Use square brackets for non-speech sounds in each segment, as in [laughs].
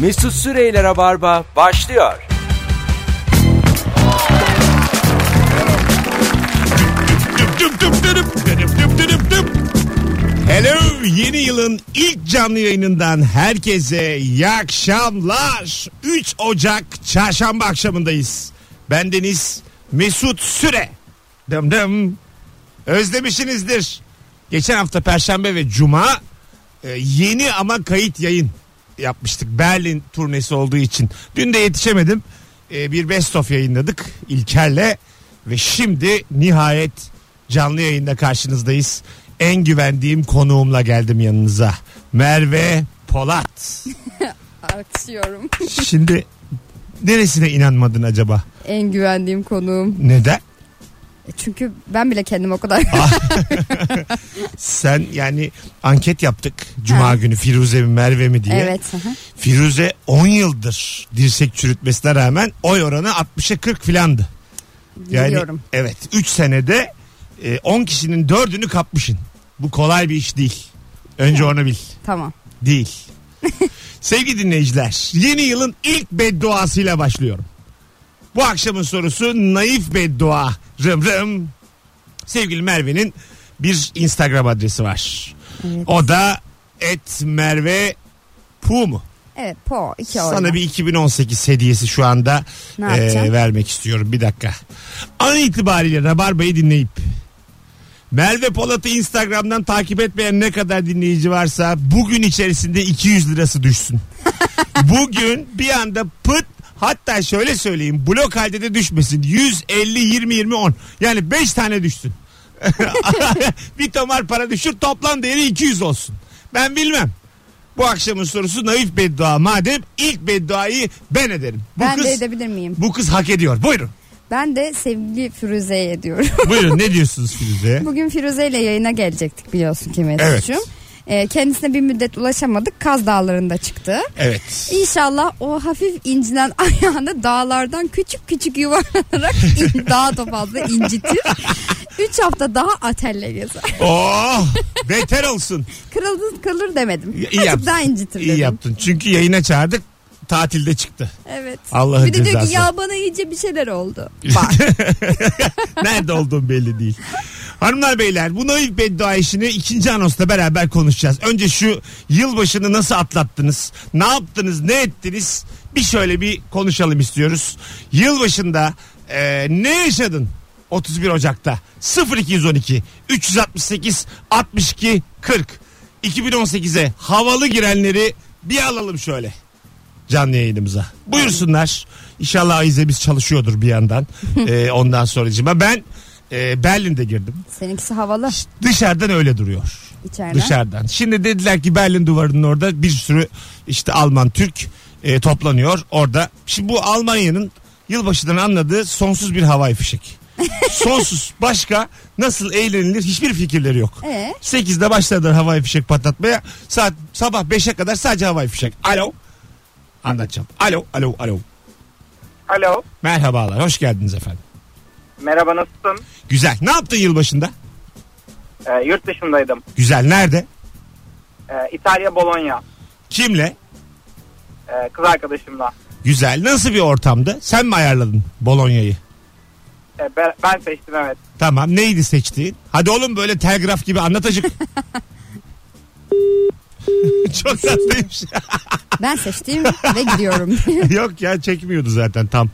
Mesut Süreyler'e barba başlıyor. Düp düp dürüp, dürüp düp dürüp düp. Hello yeni yılın ilk canlı yayınından herkese iyi akşamlar. 3 Ocak çarşamba akşamındayız. Ben Deniz Mesut Süre. Dım dım. Özlemişinizdir. Geçen hafta perşembe ve cuma e, yeni ama kayıt yayın yapmıştık. Berlin turnesi olduğu için. Dün de yetişemedim. E, bir best of yayınladık İlker'le ve şimdi nihayet canlı yayında karşınızdayız. En güvendiğim konuğumla geldim yanınıza. Merve Polat. Artıyorum. Şimdi neresine inanmadın acaba? [laughs] En güvendiğim konuğum. E, Neden? Çünkü ben bile kendim [laughs] o kadar. Sen yani anket yaptık cuma Ha. günü Firuze mi Merve mi diye. evet. hı hı. Firuze 10 yıldır dirsek çürütmesine rağmen oy oranı 60'a 40 filandı. Biliyorum. evet 3 senede e, 10 kişinin 4'ünü kapmışın. Bu kolay bir iş değil. Önce onu bil. Tamam. Değil. [laughs] Sevgili dinleyiciler, yeni yılın ilk bedduasıyla başlıyorum. Bu akşamın sorusu naif beddua. Rım rım. Sevgili Merve'nin bir Instagram adresi var. Evet. O da et Merve Pu mu? Evet po iki oyna. Sana bir 2018 hediyesi şu anda Ne e, yapacağım? vermek istiyorum. Bir dakika. An itibariyle Rabarba'yı dinleyip Merve Polat'ı Instagram'dan takip etmeyen ne kadar dinleyici varsa bugün içerisinde 200 lirası düşsün. [laughs] bugün bir anda pıt hatta şöyle söyleyeyim blok halde de düşmesin. 150 20 20 10. Yani 5 tane [laughs] düşsün. [laughs] bir tomar para düşür toplam değeri 200 olsun. Ben bilmem. Bu akşamın sorusu naif beddua madem ilk bedduayı ben ederim. Bu ben kız de edebilir miyim? bu kız hak ediyor. [laughs] Buyurun. Ben de sevgili Firuze'ye ediyorum. [laughs] Buyurun ne diyorsunuz Firuze? Bugün Firuze ile yayına gelecektik biliyorsun ki Mesut'cum. Evet. Ee, kendisine bir müddet ulaşamadık. Kaz Dağları'nda çıktı. Evet. İnşallah o hafif incinen [laughs] ayağını dağlardan küçük küçük yuvarlanarak in- [laughs] daha da fazla incitir. Üç hafta daha atelle gezer. Oh beter olsun. Kırıldın kırılır demedim. İyi Azıcık yaptın. daha incitir İyi dedim. yaptın. Çünkü yayına çağırdık tatilde çıktı. Evet. Allah'ın bir de diyor cezası. ki ya bana iyice bir şeyler oldu. [laughs] Bak. Nerede olduğum belli değil. Hanımlar beyler bu naif beddua işini ikinci anosta beraber konuşacağız. Önce şu yılbaşını nasıl atlattınız? Ne yaptınız? Ne ettiniz? Bir şöyle bir konuşalım istiyoruz. Yılbaşında e, ne yaşadın? 31 Ocak'ta 0212 368 62 40 2018'e havalı girenleri bir alalım şöyle canlı yayınımıza. Buyursunlar. İnşallah Ayize biz çalışıyordur bir yandan. Ee, ondan sonracığıma ben e, Berlin'de girdim. Seninkisi havalı Dışarıdan öyle duruyor. içeriden. Dışarıdan. Şimdi dediler ki Berlin duvarının orada bir sürü işte Alman Türk e, toplanıyor orada. Şimdi bu Almanya'nın yılbaşından anladığı sonsuz bir havai fişek. sonsuz başka nasıl eğlenilir hiçbir fikirleri yok. Ee? 8'de başladılar havai fişek patlatmaya. Saat sabah 5'e kadar sadece havai fişek. Alo. Anlatacağım. Alo, alo, alo. Alo. Merhabalar. Hoş geldiniz efendim. Merhaba nasılsın? Güzel. Ne yaptın yılbaşında? Ee, yurt dışındaydım. Güzel. Nerede? Ee, İtalya Bologna. Kimle? Ee, kız arkadaşımla. Güzel. Nasıl bir ortamdı? Sen mi ayarladın Bolonya'yı? Ee, ben, ben seçtim evet. Tamam. Neydi seçtiğin? Hadi oğlum böyle telgraf gibi anlatacık. [laughs] Çok tatlıymış. [laughs] Ben seçtim ve gidiyorum. Yok ya çekmiyordu zaten tam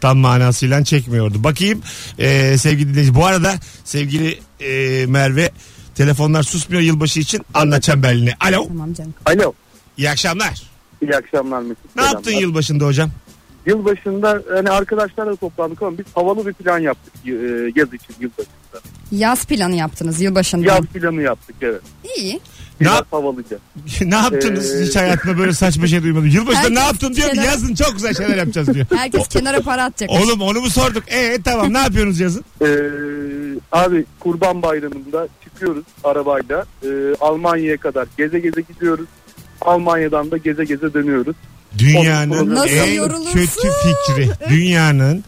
tam manasıyla çekmiyordu. Bakayım e, sevgili dinleyici. Bu arada sevgili e, Merve telefonlar susmuyor yılbaşı için. Anlatacağım Berlin'i. Alo. tamam canım. Alo. İyi akşamlar. İyi akşamlar Mesut. Ne yaptın Selamlar. yılbaşında hocam? [laughs] Yılbaşında hani arkadaşlarla toplandık ama biz havalı bir plan yaptık e, yaz için yılbaşında. Yaz planı yaptınız yılbaşında. Yaz planı yaptık evet. İyi. Biraz yap- havalıca. ne yaptınız? Ee, Hiç hayatımda böyle saçma şey duymadım. Yılbaşında Herkes ne yaptın diyor. kenara- Yazın çok güzel şeyler yapacağız diyor. Herkes kenara para atacak. Oğlum onu mu sorduk? E tamam ne yapıyorsunuz yazın? E, abi kurban bayramında çıkıyoruz arabayla e, Almanya'ya kadar geze geze gidiyoruz. Almanya'dan da geze geze dönüyoruz. [laughs] Dünyanın Nasıl en yorulursun? kötü fikri. Dünyanın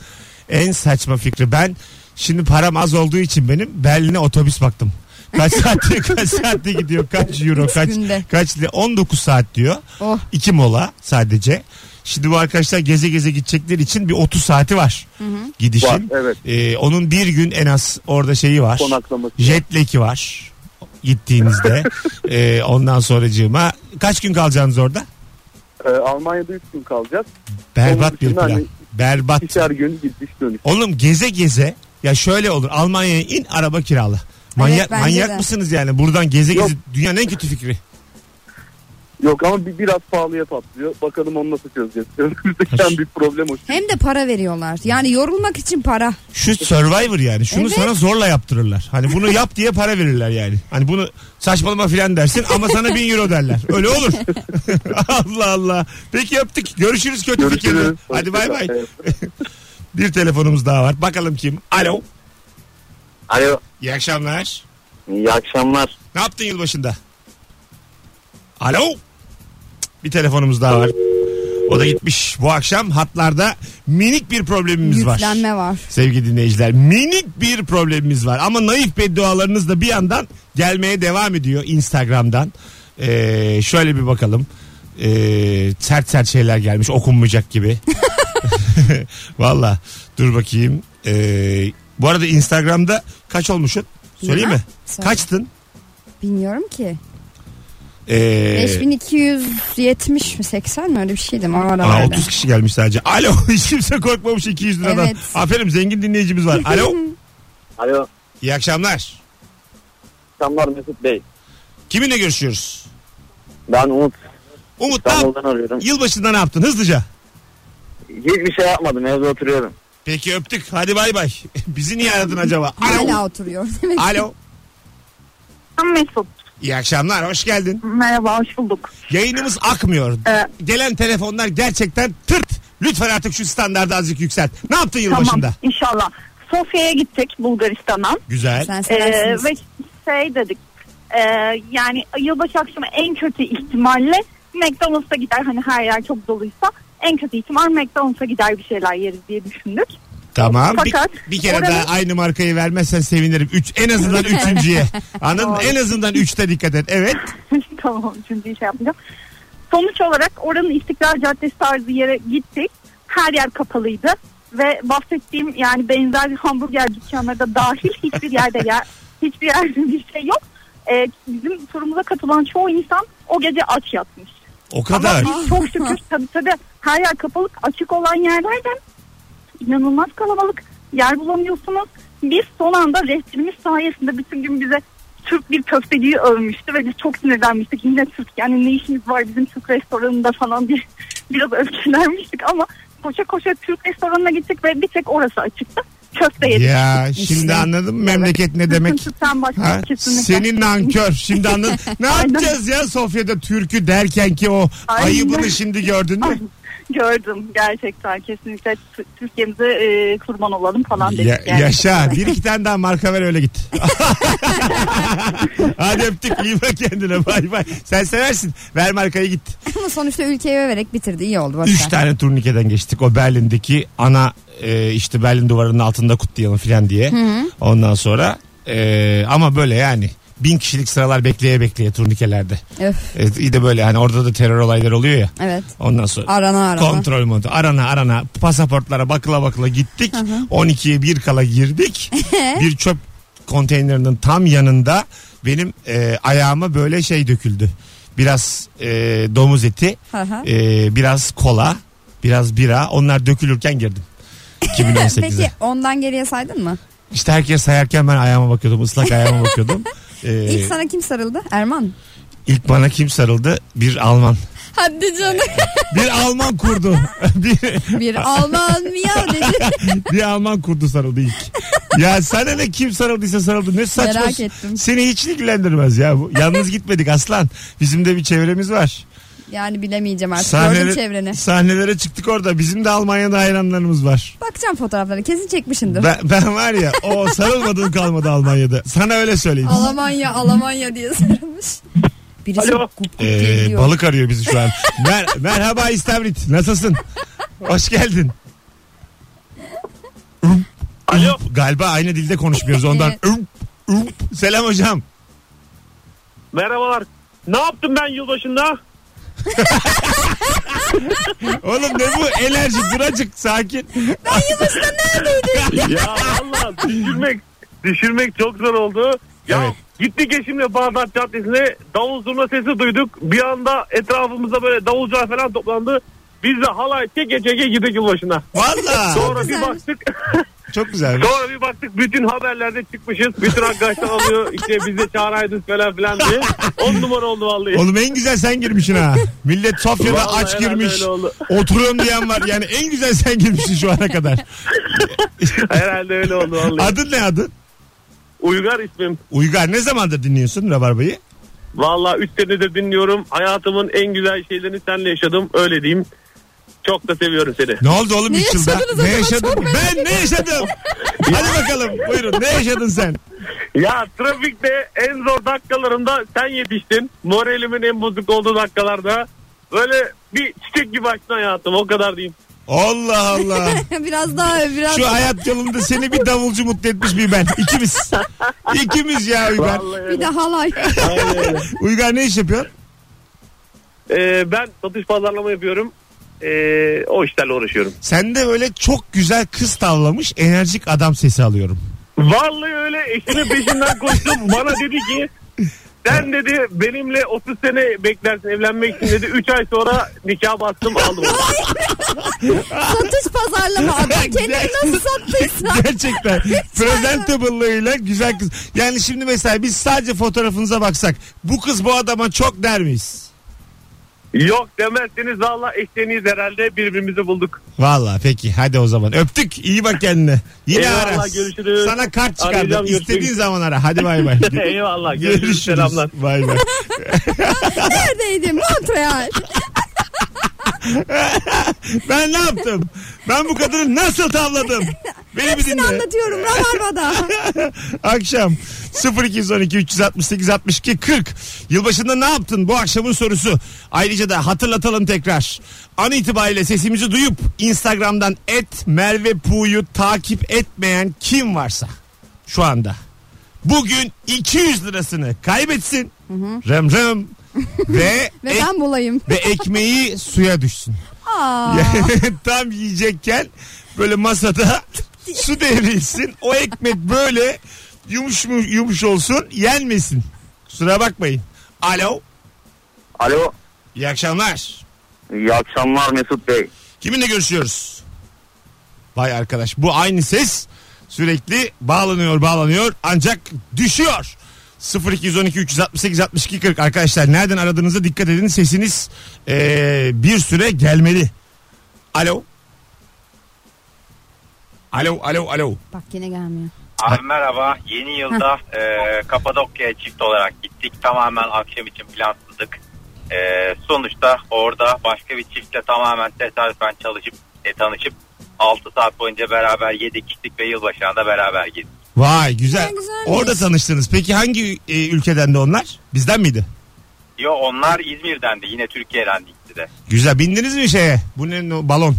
en saçma fikri. Ben şimdi param az olduğu için benim Berlin'e otobüs baktım. Kaç [laughs] saatte kaç saatte gidiyor? Kaç euro? Kaç günde. kaç lira? 19 saat diyor. Oh. 2 mola sadece. Şimdi bu arkadaşlar geze geze gidecekleri için bir 30 saati var. Gidişin. Var, evet. Ee, onun bir gün en az orada şeyi var. Konaklaması. Jet lag'i var [laughs] gittiğinizde. Ee, ondan sonracığıma kaç gün kalacaksınız orada? Ee, Almanya'da 3 gün kalacağız. Berbat Onun bir dışında plan. hani Berbat. İkişer gün gidiş dönüş. Oğlum geze geze ya şöyle olur Almanya'ya in araba kirala. Manyak, bence manyak de. mısınız yani buradan geze Yok. geze dünyanın en kötü fikri. Yok ama bir, biraz pahalıya patlıyor. Bakalım onu nasıl çözeceğiz. [laughs] Önümüzdeki bir problem o. Hem de para veriyorlar. Yani yorulmak için para. Şu Survivor yani şunu Evet. sana zorla yaptırırlar. Hani bunu yap diye para verirler yani. Hani bunu saçmalama filan dersin ama sana bin euro derler. Öyle olur. [laughs] [laughs] Allah Allah. Peki yaptık. Görüşürüz kötü fikirde. Görüşürüz. Hadi bay bay. Evet. Bir telefonumuz daha var. Bakalım kim? Alo. Alo. İyi akşamlar. İyi akşamlar. Ne yaptın yılbaşında? Alo. Cık, Bir telefonumuz daha var. O da gitmiş. Bu akşam hatlarda minik bir problemimiz var. Yüklenme var. Sevgili dinleyiciler minik bir problemimiz var. Ama naif beddualarınız da bir yandan gelmeye devam ediyor Instagram'dan. Ee, şöyle bir bakalım. Ee, sert sert şeyler gelmiş okunmayacak gibi. Valla dur bakayım. Ee, bu arada Instagram'da kaç olmuşsun? Söyleyeyim Ya, mi? söyle. Kaçtın? Bilmiyorum ki. Ee, 5270 mi 80 mi öyle bir şeydim o aa, aralarda. 30 kişi gelmiş sadece. Alo [laughs] hiç kimse korkmamış 200 liradan. Evet. Aferin zengin dinleyicimiz var. Alo [laughs] Alo. iyi akşamlar. Akşamlar Mesut Bey. Kiminle görüşüyoruz? Ben Umut Umut ne yap- İstanbul'dan arıyorum. Yılbaşında ne yaptın hızlıca? Hiçbir şey yapmadım evde oturuyorum. Peki öptük. Hadi bay [laughs] bay. Bizi niye aradın acaba? Alo. Hala oturuyor. [laughs] Demek ki Alo. Mesut. İyi akşamlar. Hoş geldin. Merhaba hoş bulduk. Yayınımız akmıyor. Ee, Gelen telefonlar gerçekten tırt. Lütfen artık şu standardı azıcık yükselt. Ne yaptın yılbaşında? Tamam inşallah. Sofya'ya gittik Bulgaristan'a. Güzel. sen Ee, seversiniz. ve şey dedik. ee, yani yılbaşı akşamı en kötü ihtimalle McDonald's'a gider. Hani her yer çok doluysa en kötü ihtimal McDonald's'a gider bir şeyler yeriz diye düşündük. Tamam. Bir, Fakat bir kere oranın- daha aynı markayı vermezsen sevinirim. Üç, en [laughs] azından üçüncüye. Anladın mı? En azından üçte dikkat et. Evet. [laughs] tamam üçüncü şey yapmayacağım. Sonuç olarak oranın İstiklal Caddesi tarzı yere gittik. Her yer kapalıydı. Ve bahsettiğim yani benzer hamburger dükkanları da dahil hiçbir yerde yer, hiçbir yerde bir şey yok. Ee, bizim turumuza katılan çoğu insan o gece aç yatmış. O kadar. Ama biz çok şükür tabii tabii her yer kapalı açık olan yerlerden inanılmaz kalabalık yer bulamıyorsunuz. Biz son anda rehberimiz sayesinde bütün gün bize Türk bir köfteciyi övmüştü ve biz çok sinirlenmiştik. Yine Türk yani ne işimiz var bizim Türk restoranında falan diye [laughs] biraz öfkelenmiştik ama koşa koşa Türk restoranına gittik ve bir tek orası açıktı. Köfte yedik. Ya şimdi İşte. anladım memleket ne demek. Sen başka Ha, kesinlikle. senin nankör. Şimdi anladın. Ne Aynen. yapacağız ya Sofya'da türkü derken ki o Aynen. ayıbını şimdi gördün mü? Ay, Ah, Gördüm gerçekten kesinlikle T- Türkiye'mize e, kurban olalım falan dedik. Ya- gerçekten. yaşa. Bir iki tane daha marka ver öyle git. [laughs] Hadi öptük. İyi bak kendine. Bay bay. Sen seversin. Ver markayı git. Ama sonuçta ülkeye vererek bitirdi. iyi oldu. boş Üç ver. tane turnikeden geçtik. O Berlin'deki ana e, işte Berlin duvarının altında kutlayalım filan diye. Ondan sonra e, ama böyle yani bin kişilik sıralar bekleye bekleye turnikelerde. Öf, E, iyi de böyle hani orada da terör olayları oluyor ya. evet. Ondan sonra Arana arana. kontrol modu. Arana arana pasaportlara bakıla bakıla gittik. 12'ye bir kala girdik. bir çöp konteynerinin tam yanında benim e, ayağıma böyle şey döküldü. Biraz e, domuz eti, Hı hı. e, biraz kola, biraz bira. Onlar dökülürken girdim. [laughs] 2018'e. Peki ondan geriye saydın mı? İşte herkes sayarken ben ayağıma bakıyordum. ıslak ayağıma bakıyordum. E, [laughs] İlk ilk, sana kim sarıldı? Erman. bana kim sarıldı? Bir Alman. Hadi canım. Bir Alman kurdu. [laughs] bir, E, bir Alman miyav dedi. bir Alman kurdu sarıldı ilk. Ya sana ne kim sarıldıysa sarıldı. Ne saçma. Merak ettim. Seni hiç ilgilendirmez ya. bu. Yalnız gitmedik aslan. Bizim de bir çevremiz var. Yani bilemeyeceğim artık. Gördüm çevreni. sahnelere çıktık orada. Bizim de Almanya'da hayranlarımız var. Bakacağım fotoğraflara. Kesin çekmişindir. Ben, ben var ya o sarılmadığım kalmadı Almanya'da. Sana öyle söyleyeyim. Alamanya Alamanya diye sarılmış. Birisi Alo. gup gup Ee, diye gidiyor. balık arıyor bizi şu an. Mer- merhaba İstavrit. Nasılsın? Hoş geldin. Alo. Galiba aynı dilde konuşmuyoruz ondan. Evet. Ümp, ümp. Selam hocam. Merhabalar. Ne yaptım ben yılbaşında? Oğlum ne bu enerji duracık sakin. Yılbaşında neredeydin? ya valla düşürmek, düşürmek çok zor oldu. Ya Evet. gittik eşimle Bağdat Caddesi'ne davul zurna sesi duyduk. Bir anda etrafımızda böyle davulcular falan toplandı. Biz de halay çeke çeke gittik yılbaşına. Valla Sonra bir güzelmiş. baktık. çok güzel. Sonra bir baktık bütün haberlerde çıkmışız. Bütün arkadaşlar alıyor. İşte biz de çağıraydınız falan filan diye. On numara oldu vallahi. Oğlum en güzel sen girmişsin ha. Millet Sofya'da Vallahi aç herhalde girmiş. öyle oldu. Oturuyorum diyen var. Yani en güzel sen girmişsin şu ana kadar. Herhalde öyle oldu vallahi. Adın ne adın? Uygar ismim. Uygar ne zamandır dinliyorsun Rabarba'yı? Valla 3 senedir dinliyorum. Hayatımın en güzel şeylerini senle yaşadım. Öyle diyeyim. Çok da seviyorum seni. Ne oldu oğlum Ne 3 yılda? yaşadınız o Ne zaman? yaşadım? Çok merak Ben ne yaşadım? Hadi bakalım buyurun ne yaşadın sen? Ya trafikte en zor dakikalarımda sen yetiştin. Moralimin en bozuk olduğu dakikalarda. Böyle bir çiçek gibi açtın hayatım. O kadar diyeyim. Allah Allah. biraz daha biraz Şu hayat yolunda seni bir davulcu mutlu etmiş bir ben. İkimiz. İkimiz ya Uygar. Vallahi bir de halay. Aynen öyle. Uygar ne iş yapıyorsun? Ee, ben satış pazarlama yapıyorum. Ee, o işlerle uğraşıyorum. Sende böyle çok güzel kız tavlamış enerjik adam sesi alıyorum. Vallahi öyle eşimin peşinden koştum. Bana dedi ki sen dedi benimle 30 sene beklersin evlenmek için dedi. 3 ay sonra nikah bastım aldım. Satış pazarlama adam. Kendini nasıl sattıysa. [laughs] Gerçekten. Presentable'lığıyla güzel kız. Yani şimdi mesela biz sadece fotoğrafınıza baksak bu kız bu adama çok der miyiz? Yok demezseniz valla eşleniyiz herhalde birbirimizi bulduk. Valla peki hadi o zaman öptük iyi bak kendine. Yine Eyvallah, ara. görüşürüz. Sana kart çıkardım Arayacağım, istediğin görüşürüz. zaman ara hadi bay bay. [laughs] Eyvallah görüşürüz Görüşürüz. selamlar. Bay bay. Neredeydin? Montreal. Ben ne yaptım? Ben bu kadını nasıl tavladım? Beni bir Hepsini dinle. anlatıyorum Rabarba'da. E. Akşam 0212 368 62 40. Yılbaşında ne yaptın? Bu akşamın sorusu. Ayrıca da hatırlatalım tekrar. An itibariyle sesimizi duyup Instagram'dan et Merve Pu'yu takip etmeyen kim varsa şu anda. Bugün 200 lirasını kaybetsin. Rım rım. ve, Ve ek- ben bulayım. ve ekmeği suya düşsün. Aa, Yani [laughs] tam yiyecekken böyle masada su devrilsin. O ekmek böyle yumuş mu- yumuş olsun yenmesin. Kusura bakmayın. Alo. Alo. İyi akşamlar. İyi akşamlar Mesut Bey. Kiminle görüşüyoruz? Vay arkadaş bu aynı ses sürekli bağlanıyor bağlanıyor ancak düşüyor. 0212 368 62 40 arkadaşlar nereden aradığınıza dikkat edin sesiniz eee, bir süre gelmeli. Alo. Alo alo alo. bak yine gelmiyor. Abi merhaba. Yeni yılda e, Kapadokya'ya çift olarak gittik. Tamamen akşam için planladık. E, sonuçta orada başka bir çiftle tamamen tesadüfen çalışıp e, tanışıp 6 saat boyunca beraber yedik içtik ve yılbaşına da beraber gittik. Vay güzel. Ne güzelmiş. Orada tanıştınız. Peki hangi e, ülkeden de onlar? Bizden miydi? Yo onlar İzmir'den de yine Türkiye'den de gitti de. Güzel. Bindiniz mi şeye? Bu ne o balon?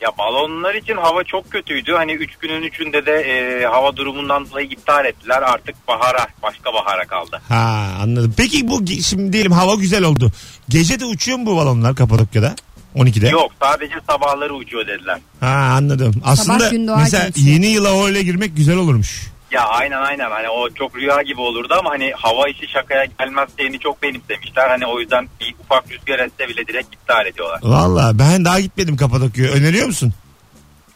Ya balonlar için hava çok kötüydü. Hani 3 günün 3'ünde de e, hava durumundan dolayı iptal ettiler. Artık bahara, başka bahara kaldı. Ha anladım. Peki bu ge- şimdi diyelim hava güzel oldu. Gece de uçuyor mu bu balonlar Kapadokya'da? 12'de. Yok sadece sabahları uçıyor dediler. Ha anladım. Aslında gün doğar mesela geçiyor. yeni yıla öyle girmek güzel olurmuş. Ya aynen aynen hani o çok rüya gibi olurdu ama hani hava işi şakaya gelmezseyini çok benimsemişler. Hani o yüzden bir ufak rüzgar etse bile direkt iptal ediyorlar. Valla ben daha gitmedim Kapadokya'ya. Öneriyor musun?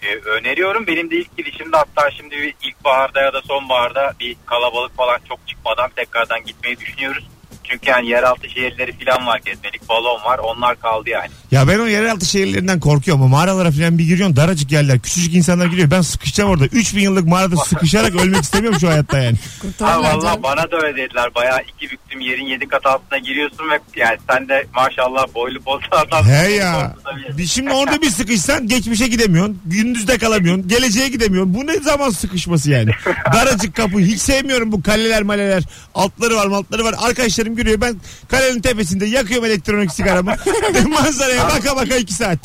Ee, öneriyorum benim de ilk girişimde hatta şimdi bir ilkbaharda ya da sonbaharda bir kalabalık falan çok çıkmadan tekrardan gitmeyi düşünüyoruz. Çünkü yani yeraltı şehirleri falan var gezmelik balon var onlar kaldı yani. Ya ben o yeraltı şehirlerinden korkuyorum. O mağaralara falan bir giriyorsun. Daracık yerler. Küçücük insanlar giriyor. Ben sıkışacağım orada. 3000 yıllık mağarada sıkışarak ölmek istemiyorum şu hayatta yani. Ha, Kurtarırlar valla canım. bana da öyle dediler bayağı iki büktüm yerin yedi kat altına giriyorsun ve yani sen de maşallah boylu poslardan. He ya. Bir şimdi orada bir sıkışsan geçmişe gidemiyorsun. Gündüzde kalamıyorsun. Geleceğe gidemiyorsun. Bu ne zaman sıkışması yani? Daracık kapı. Hiç sevmiyorum bu kaleler maleler. Altları var maltları var. Arkadaşlarım gözlerim görüyor. Ben kalenin tepesinde yakıyorum elektronik sigaramı. [laughs] Manzaraya baka baka iki saat.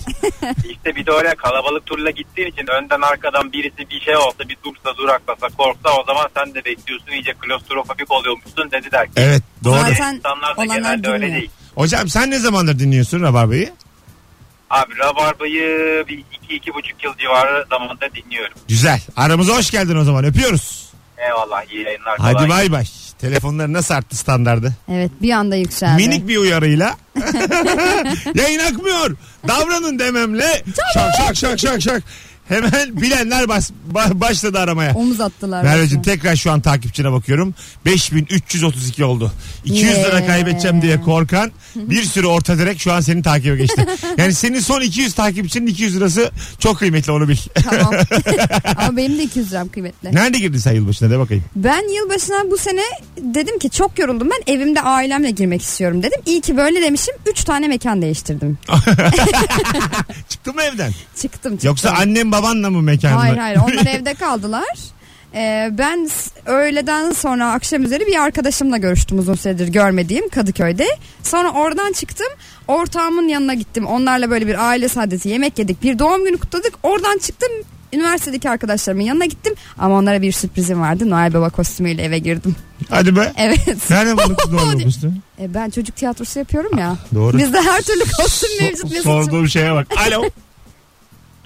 İşte bir de öyle kalabalık turla gittiğin için önden arkadan birisi bir şey olsa bir dursa duraklasa korksa o zaman sen de bekliyorsun iyice klostrofobik oluyormuşsun dedi der ki. Evet doğru. Ay. Zaten İnsanlar da olanlar genelde öyle dinliyor. değil. Hocam sen ne zamandır dinliyorsun Rabarba'yı? Abi Rabarba'yı bir iki iki buçuk yıl civarı zamanda dinliyorum. Güzel. Aramıza hoş geldin o zaman öpüyoruz. Eyvallah iyi yayınlar. kolay Hadi bay bay. Telefonları nasıl arttı standardı? Evet bir anda yükseldi. Minik bir uyarıyla. [laughs] Yayın akmıyor. Davranın dememle. Şak şak şak şak şak. Hemen bilenler bas- ba- başladı aramaya. Omuz attılar. Merveciğim resmen. tekrar şu an takipçine bakıyorum. 5332 oldu. 200 lira Yeah. kaybedeceğim diye korkan bir sürü orta direk şu an senin takibe [laughs] geçti. Yani senin son 200 takipçinin 200 lirası çok kıymetli onu bil. [laughs] Tamam. Ama benim de 200 liram kıymetli. Nerede girdin sen yılbaşına de bakayım. Ben yılbaşına bu sene dedim ki çok yoruldum ben evimde ailemle girmek istiyorum dedim. İyi ki böyle demişim 3 tane mekan değiştirdim. Çıktın mı evden? Çıktım çıktım. Yoksa annem babanla mı mekanla? Hayır hayır onlar evde kaldılar. Ee, ben s- öğleden sonra akşam üzeri bir arkadaşımla görüştüm uzun süredir görmediğim Kadıköy'de. Sonra oradan çıktım ortağımın yanına gittim. Onlarla böyle bir aile saadeti yemek yedik bir doğum günü kutladık. Oradan çıktım üniversitedeki arkadaşlarımın yanına gittim. Ama onlara bir sürprizim vardı Noel Baba kostümüyle eve girdim. [laughs] [laughs] Hadi be. Evet. Nereden bunu kız [laughs] doğru bulmuştu? E, ben çocuk tiyatrosu yapıyorum ya. Doğru. Bizde her türlü kostüm So- mevcut. Mesut'cum. sorduğum şeye bak. Alo.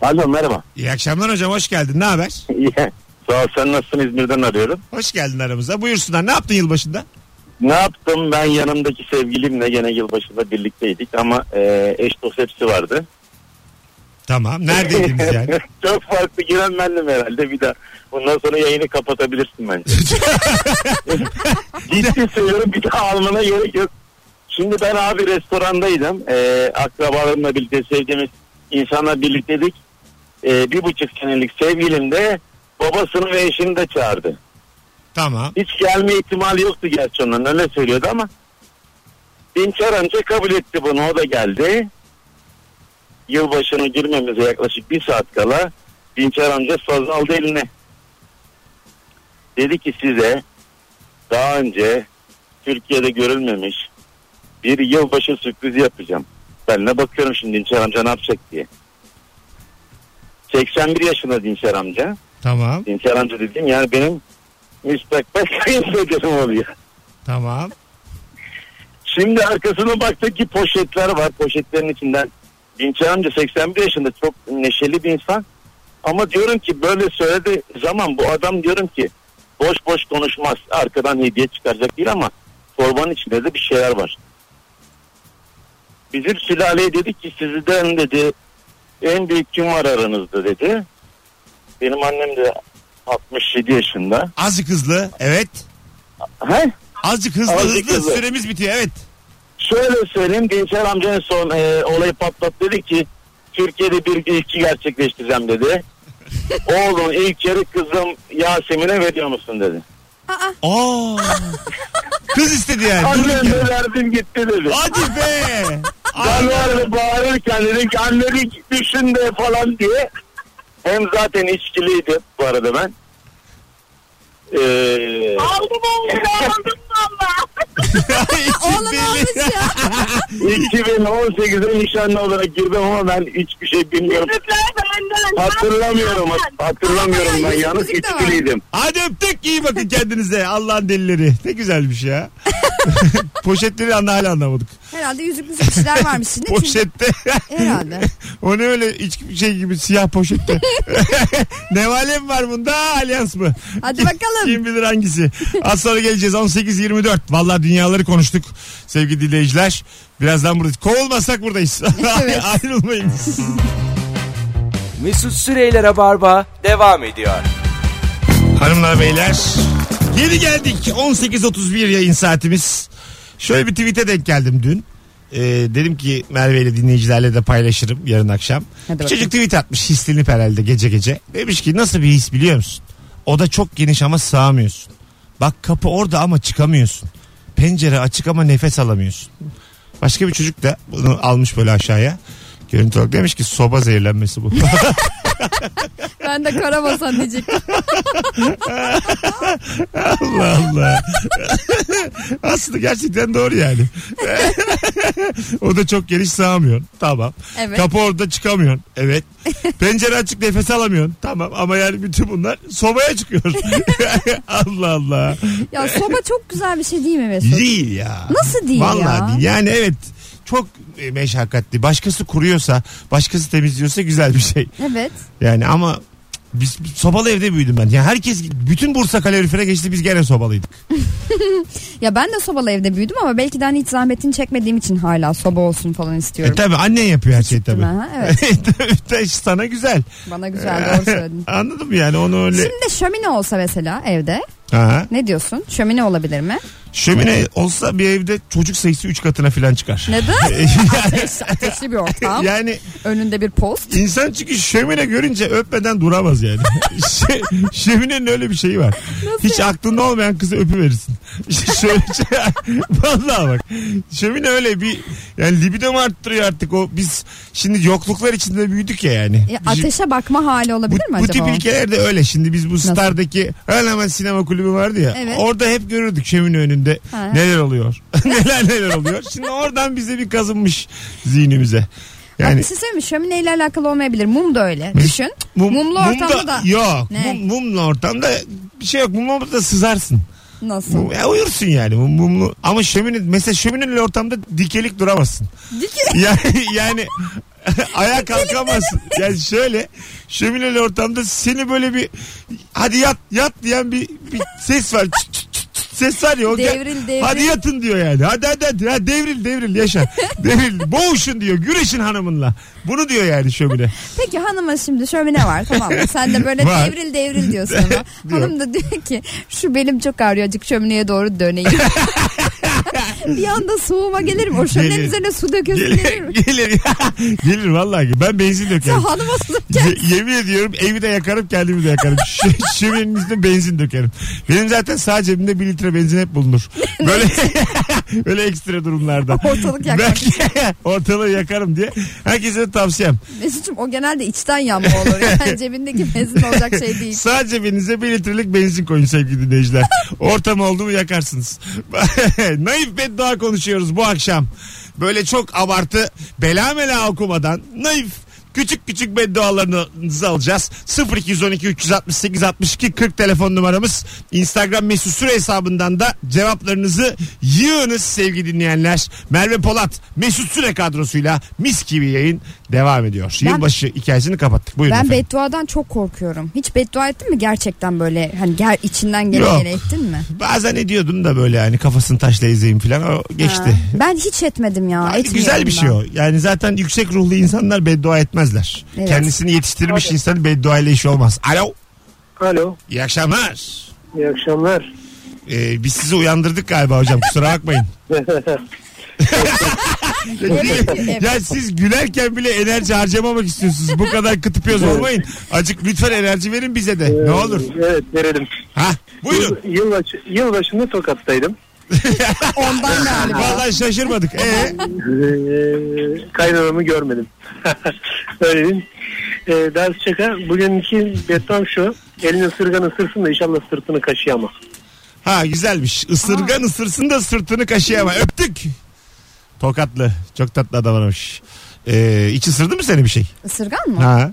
Alo merhaba. İyi akşamlar hocam hoş geldin. Ne haber? Sağ ol sen nasılsın İzmir'den arıyorum. Hoş geldin aramıza. Buyursunlar. Ne yaptın yılbaşında? Ne yaptım ben yanımdaki sevgilimle gene yılbaşında birlikteydik ama e, eş dost hepsi vardı. Tamam. Neredeydiniz [laughs] yani? [laughs] Çok farklı giren bendim herhalde bir daha. Bundan sonra yayını kapatabilirsin bence. [laughs] Ciddi söylüyorum bir daha almana gerek yok. Şimdi ben abi restorandaydım. Ee, akrabalarımla birlikte sevdiğimiz insanla birlikteydik. Ee, bir buçuk senelik sevgilim de babasını ve eşini de çağırdı. tamam. Hiç gelme ihtimali yoktu gerçi onların öyle söylüyordu ama. Dinçer amca kabul etti bunu o da geldi. Yılbaşına girmemize yaklaşık bir saat kala Dinçer amca saz aldı eline. Dedi ki size daha önce Türkiye'de görülmemiş bir yılbaşı sürprizi yapacağım. Ben ne bakıyorum şimdi Dinçer amca ne yapacak diye. 81 yaşında Dinçer amca. Tamam. Dinçer amca dedim yani benim müstakbel [laughs] kayınpederim oluyor. Tamam. Şimdi arkasına baktık ki poşetler var. Poşetlerin içinden Dinçer amca 81 yaşında çok neşeli bir insan. Ama diyorum ki böyle söyledi zaman bu adam diyorum ki boş boş konuşmaz. Arkadan hediye çıkaracak değil ama torbanın içinde de bir şeyler var. Bizim sülaleye dedi ki sizden dedi en büyük kim var aranızda dedi. Benim annem de 67 yaşında. Azıcık hızlı. Evet. He? Azıcık hızlı Azıcık hızlı. hızlı. Süremiz bitiyor. Evet. Şöyle söyleyeyim Dinçer amcanın son e, olayı patlat dedi ki Türkiye'de bir ilki gerçekleştireceğim dedi. Oğlum ilk yarı kızım Yasemin'e veriyor musun dedi. Aa, Aa. Kız istedi yani. Durduk Annem yere. de verdim gitti dedi. Hadi be. Ben vardı bağırırken dedim ki anne bir düşün de falan diye. Hem zaten içkiliydi bu arada ben. Ee, Aldım oğlum aldım valla. [laughs] Oğlan almış ya. 2018'e nişanlı olarak girdim ama ben hiçbir şey bilmiyorum. Sürprizler benden. Hatırlamıyorum hatırlamıyorum ben yalnız Müzik de var. içkiliydim. Hadi öptük. İyi bakın kendinize. Allah'ın delileri. Ne güzelmiş ya. Poşetleri anla hala anlamadık. Herhalde yüzüklü kişiler varmış şimdi. Çünkü- Poşette. [laughs] Herhalde. o ne öyle içki şey gibi siyah [laughs] poşette. ne valem var bunda? Alyans mı? Hadi bakalım. Kim bilir hangisi. Az sonra geleceğiz 18-24. Vallahi dünyaları konuştuk sevgili dinleyiciler. Birazdan buradayız. Kovulmasak buradayız. [laughs] Evet. Ayrılmayınız. Mesut Süreyler'e barba devam ediyor. Hanımlar beyler geri geldik 18.31 yayın saatimiz. Şöyle bir tweet'e denk geldim dün. Ee, dedim ki Merve ile dinleyicilerle de paylaşırım yarın akşam. Hadi bir bakalım. çocuk tweet atmış hislenip herhalde gece gece. Demiş ki nasıl bir his biliyor musun? O da çok geniş ama sığamıyorsun. Bak kapı orada ama çıkamıyorsun. Pencere açık ama nefes alamıyorsun. Başka bir çocuk da [laughs] bunu almış böyle aşağıya. Görüntü olarak demiş ki soba zehirlenmesi bu. Ben de karabasan diyecektim. Allah Allah. [laughs] Aslında gerçekten doğru yani. [laughs] o da çok geniş sığamıyorsun. Tamam. Evet. Kapı orada çıkamıyorsun. Evet. [laughs] Pencere açık nefes alamıyorsun. Tamam ama yani bütün bunlar sobaya [laughs] çıkıyor. Allah Allah. Ya soba çok güzel bir şey değil mi Mesut? Değil ya. Nasıl değil Vallahi ya? değil. Yani evet çok e, meşakkatli. Başkası kuruyorsa, başkası temizliyorsa güzel bir şey. Evet. Yani ama biz biz sobalı evde büyüdüm ben. Yani herkes bütün Bursa kalorifere geçti biz gene sobalıydık. Ya ben de sobalı evde büyüdüm ama belki de hani hiç zahmetini çekmediğim için hala soba olsun falan E istiyorum. tabi annen yapıyor her şeyi Değil mi? [laughs] tabi. Ha, evet. sana güzel. Bana güzel E, [laughs] doğru söyledin. Anladım yani onu öyle. Şimdi de şömine olsa mesela evde Aha. ne diyorsun? Şömine olabilir mi? Şömine olsa bir evde çocuk sayısı 3 katına falan çıkar. [laughs] E, Neden? Ateş, ateşli bir ortam. Yani Önünde bir post. insan çünkü şömine görünce öpmeden duramaz [laughs] yani. Şe, şöminenin öyle bir şeyi var. Hiç aklında olmayan kızı [laughs] öpüverirsin. Şöyle şey- [laughs] vallahi bak. Şömine öyle bir yani libidomu arttırıyor artık o biz şimdi yokluklar içinde büyüdük ya yani. Ya Biz- ateşe bakma hali Bu, olabilir mi bu acaba? tip o? ülkelerde öyle. Şimdi biz bu Star'daki Ölemen Sinema Kulübü vardı ya. Evet. Orada hep görürdük şömine önünde Ha. neler oluyor. [laughs] neler neler oluyor. Şimdi oradan bize bir kazınmış zihnimize. Yani... Yani Bir şey söyleyeyim mi? Şömineyle alakalı olmayabilir. Mum da öyle. Mes- Düşün. mum- Mumlu ortamda da Yok. Ne? Mum, mumlu ortamda bir şey yok. Mumlu ortamda sızarsın. nasıl? Mum, ya uyursun yani. Mum, mumlu. Ama şömine mesela şömineli ortamda dikelik duramazsın. Dike- [laughs] Yani, yani ayağa kalkamazsın. Yani şöyle şömineli ortamda seni böyle bir hadi yat yat diyen bir, bir ses var. Çıt çıt çıt çıt ses var ya. O gel- Devril, devril. Hadi yatın diyor yani. Hadi hadi hadi. Ha, devril devril [laughs] yaşa. Devril. Boğuşun diyor. Güreşin hanımınla. Bunu diyor yani şömine. Peki hanıma şimdi şömine var tamam mı? Sen de [laughs] böyle Var. devril devril diyorsun [laughs] ama. Hanım da diyor ki şu belim çok ağrıyor azıcık şömineye doğru döneyim. [laughs] bir anda soğuma gelirim. O şöminenin Gelir. üzerine su döküyorsun gelir Gelir mi? gelir. [laughs] gelir vallahi. Ben benzin Sen dökerim. hanıma su Ye- yemin ediyorum evi de yakarım kendimi de yakarım. Ş- şöminenin üstüne benzin dökerim. Benim zaten sağ cebimde 1 litre benzin hep bulunur. Böyle [laughs] böyle ekstra durumlarda. Ortalık yakmak Belki [laughs] ortalığı yakarım diye. Herkese de tavsiyem. Mesut'cum o genelde içten yanma olur. [laughs] Yani cebindeki benzin olacak şey değil. Sağ cebinize 1 litrelik benzin koyun sevgili [laughs] dinleyiciler. Ortam oldu mu yakarsınız. [laughs] naif beddua konuşuyoruz bu akşam. Böyle çok abartı bela mela okumadan naif küçük küçük beddualarınızı alacağız. 0212 368 62 40 telefon numaramız. Instagram mesut süre hesabından da cevaplarınızı yığınız sevgili dinleyenler. Merve Polat mesut süre kadrosuyla mis gibi yayın devam ediyor. Ben- Yılbaşı hikayesini kapattık. Buyurun Ben efendim. bedduadan çok korkuyorum. Hiç beddua ettin mi gerçekten böyle hani gel içinden Yok. gelen yere ettin mi? Bazen ediyordum da böyle hani kafasını taşla ezeyim falan o geçti. Ha. Ben hiç etmedim ya. Hani etmiyorum güzel bir şey ben. o. Yani zaten yüksek ruhlu insanlar beddua etmezler. Evet. Kendisini yetiştirmiş insan beddua ile işi olmaz. Alo. Alo. İyi akşamlar. İyi akşamlar. Ee, biz sizi uyandırdık galiba hocam kusura bakmayın. [laughs] Evet, evet. Ya siz gülerken bile enerji harcamamak istiyorsunuz. Bu kadar kıtıpıyoruz olmayın. Acık lütfen enerji verin bize de. Ne olur. Evet verelim. Ha buyurun. Yılbaşı, yılbaşında Tokat'taydım. Ondan [laughs] galiba. Vallahi şaşırmadık. Ee, Ee, kaynanamı [laughs] görmedim. Öyle diyeyim. Ee, ders şaka. Bugünkü betam şu. Elini ısırgan ısırsın da inşallah sırtını kaşıyama. Ha güzelmiş. Isırgan ısırsın da sırtını kaşıyama. Öptük. Tokatlı. Çok tatlı adam aramış. Ee, iç ısırdı mı seni bir şey? Isırgan mı? Ha.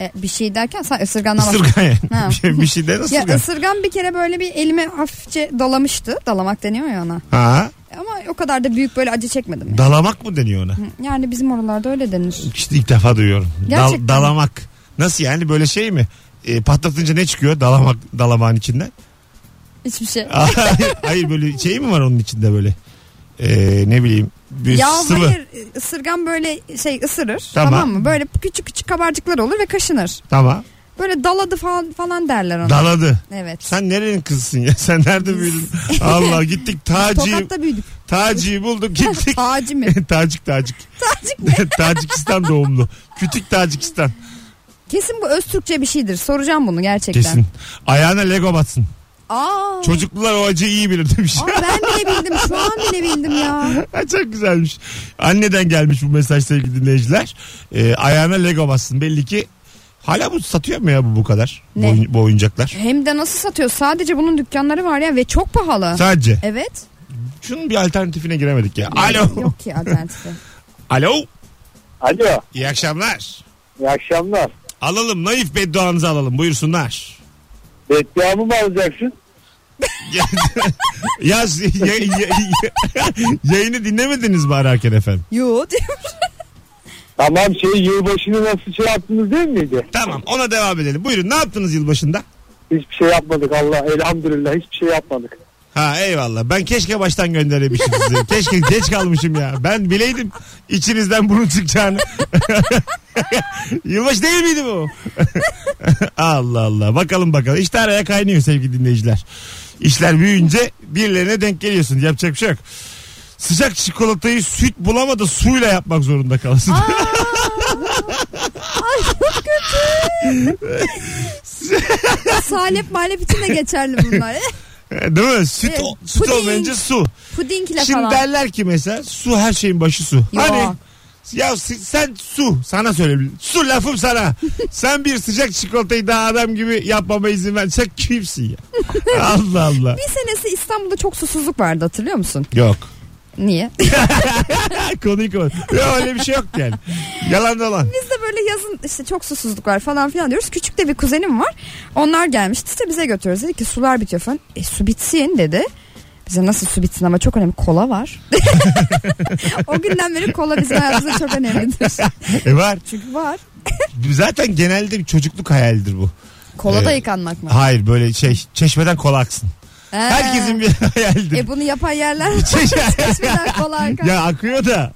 E, bir şey derken sen ısırgandan bahsediyorsun. Isırgan yani. Ha. Bir şey- [laughs] bir şeyden ısırgan. Ya ısırgan bir kere böyle bir elime hafifçe dalamıştı. Dalamak deniyor ya ona. ha. Ama o kadar da büyük böyle acı çekmedim. Yani, Dalamak mı deniyor ona? yani bizim oralarda öyle denir. İşte ilk defa duyuyorum. Dal- Gerçekten mi? dalamak. Nasıl yani böyle şey mi? E, patlatınca ne çıkıyor dalamak dalamağın içinden? [laughs] Hiçbir şey. Hayır böyle şey mi var onun içinde böyle? E, ne bileyim bir Ya sıvı. hayır ısırgan böyle şey ısırır Tamam. tamam. mı? Böyle küçük küçük kabarcıklar olur ve kaşınır. Tamam. Böyle daladı falan falan derler ona. Daladı. evet. Sen nerenin kızsın ya? [laughs] Sen nerede büyüdün? Allah gittik Taci Tokat'ta büyüdük. Taci'yi [laughs] bulduk [laughs] gittik. Taci mi? Tacik Tacik. Tacik mi? [laughs] Tacikistan doğumlu. Kütük Tacikistan. Kesin bu Öztürkçe bir şeydir. Soracağım bunu gerçekten. Kesin. Ayağına Lego batsın. Aa. Çocuklular o acıyı iyi bilir demiş. Aa, ben bile bildim. Şu an bile bildim ya. [laughs] Çok güzelmiş. Anneden gelmiş bu mesaj sevgili dinleyiciler. Ee, ayağına Lego batsın. Belli ki Hala bu satıyor mu ya bu bu kadar? Ne? Bu, oyun- bu oyuncaklar. Hem de nasıl satıyor? Sadece bunun dükkanları var ya ve çok pahalı. Sadece. [laughs] Evet. Şunun bir alternatifine giremedik ya. Alo. Yok ki alternatifi. Alo. Alo İyi akşamlar. iyi akşamlar. Alalım naif bedduanızı alalım buyursunlar. Bedduamı mı alacaksın? Yaz [laughs] ya- ya- ya- yayını dinlemediniz mi ararken efendim? [laughs] Yo diyor. Tamam şey yılbaşını nasıl şey yaptınız değil miydi? Tamam ona devam edelim. Buyurun ne yaptınız yılbaşında? Hiçbir şey yapmadık Allah elhamdülillah hiçbir şey yapmadık. Ha eyvallah. Ben keşke baştan gönderemişim size. Keşke geç kalmışım ya. Ben bileydim içinizden bunun çıkacağını. [laughs] Yılbaşı değil miydi bu? [laughs] Allah Allah. Bakalım bakalım. İşte araya kaynıyor sevgili dinleyiciler. İşler büyüyünce birilerine denk geliyorsun. Yapacak bir şey yok. Sıcak çikolatayı süt bulamadı suyla yapmak zorunda kalırsın. Salep malep için de geçerli [laughs] bunlar. E, Değil mi? Süt, Evet. o- süt Puding. olmayınca su. Pudingle Şimdi falan. derler ki mesela su her şeyin başı su. Hani ya si- sen su sana söyleyeyim. Su lafım [laughs] sana. sen bir sıcak çikolatayı daha adam gibi yapmama izin ver. Sen kimsin [laughs] ya? Allah Allah. Bir senesi İstanbul'da çok susuzluk vardı hatırlıyor musun? Yok. [laughs] Niye? Konuyu kapat. Yok öyle bir şey yok yani. Yalan dolan. [laughs] Biz de böyle yazın işte çok susuzluk var falan filan diyoruz. Küçük de bir kuzenim var. Onlar gelmişti işte bize götürüyoruz. Dedi ki sular bitiyor falan. E su bitsin dedi. Bize nasıl su bitsin ama çok önemli kola var. [laughs] o günden beri kola bizim hayatımızda çok önemlidir. E var. Çünkü var. Zaten genelde bir çocukluk hayalidir bu. Kola da Ee, yıkanmak mı? Hayır böyle şey çeşmeden kola aksın. Ee, Herkesin bir [laughs] hayalidir. E bunu yapan yerler [laughs] çeşmeden kola akar. ya akıyor da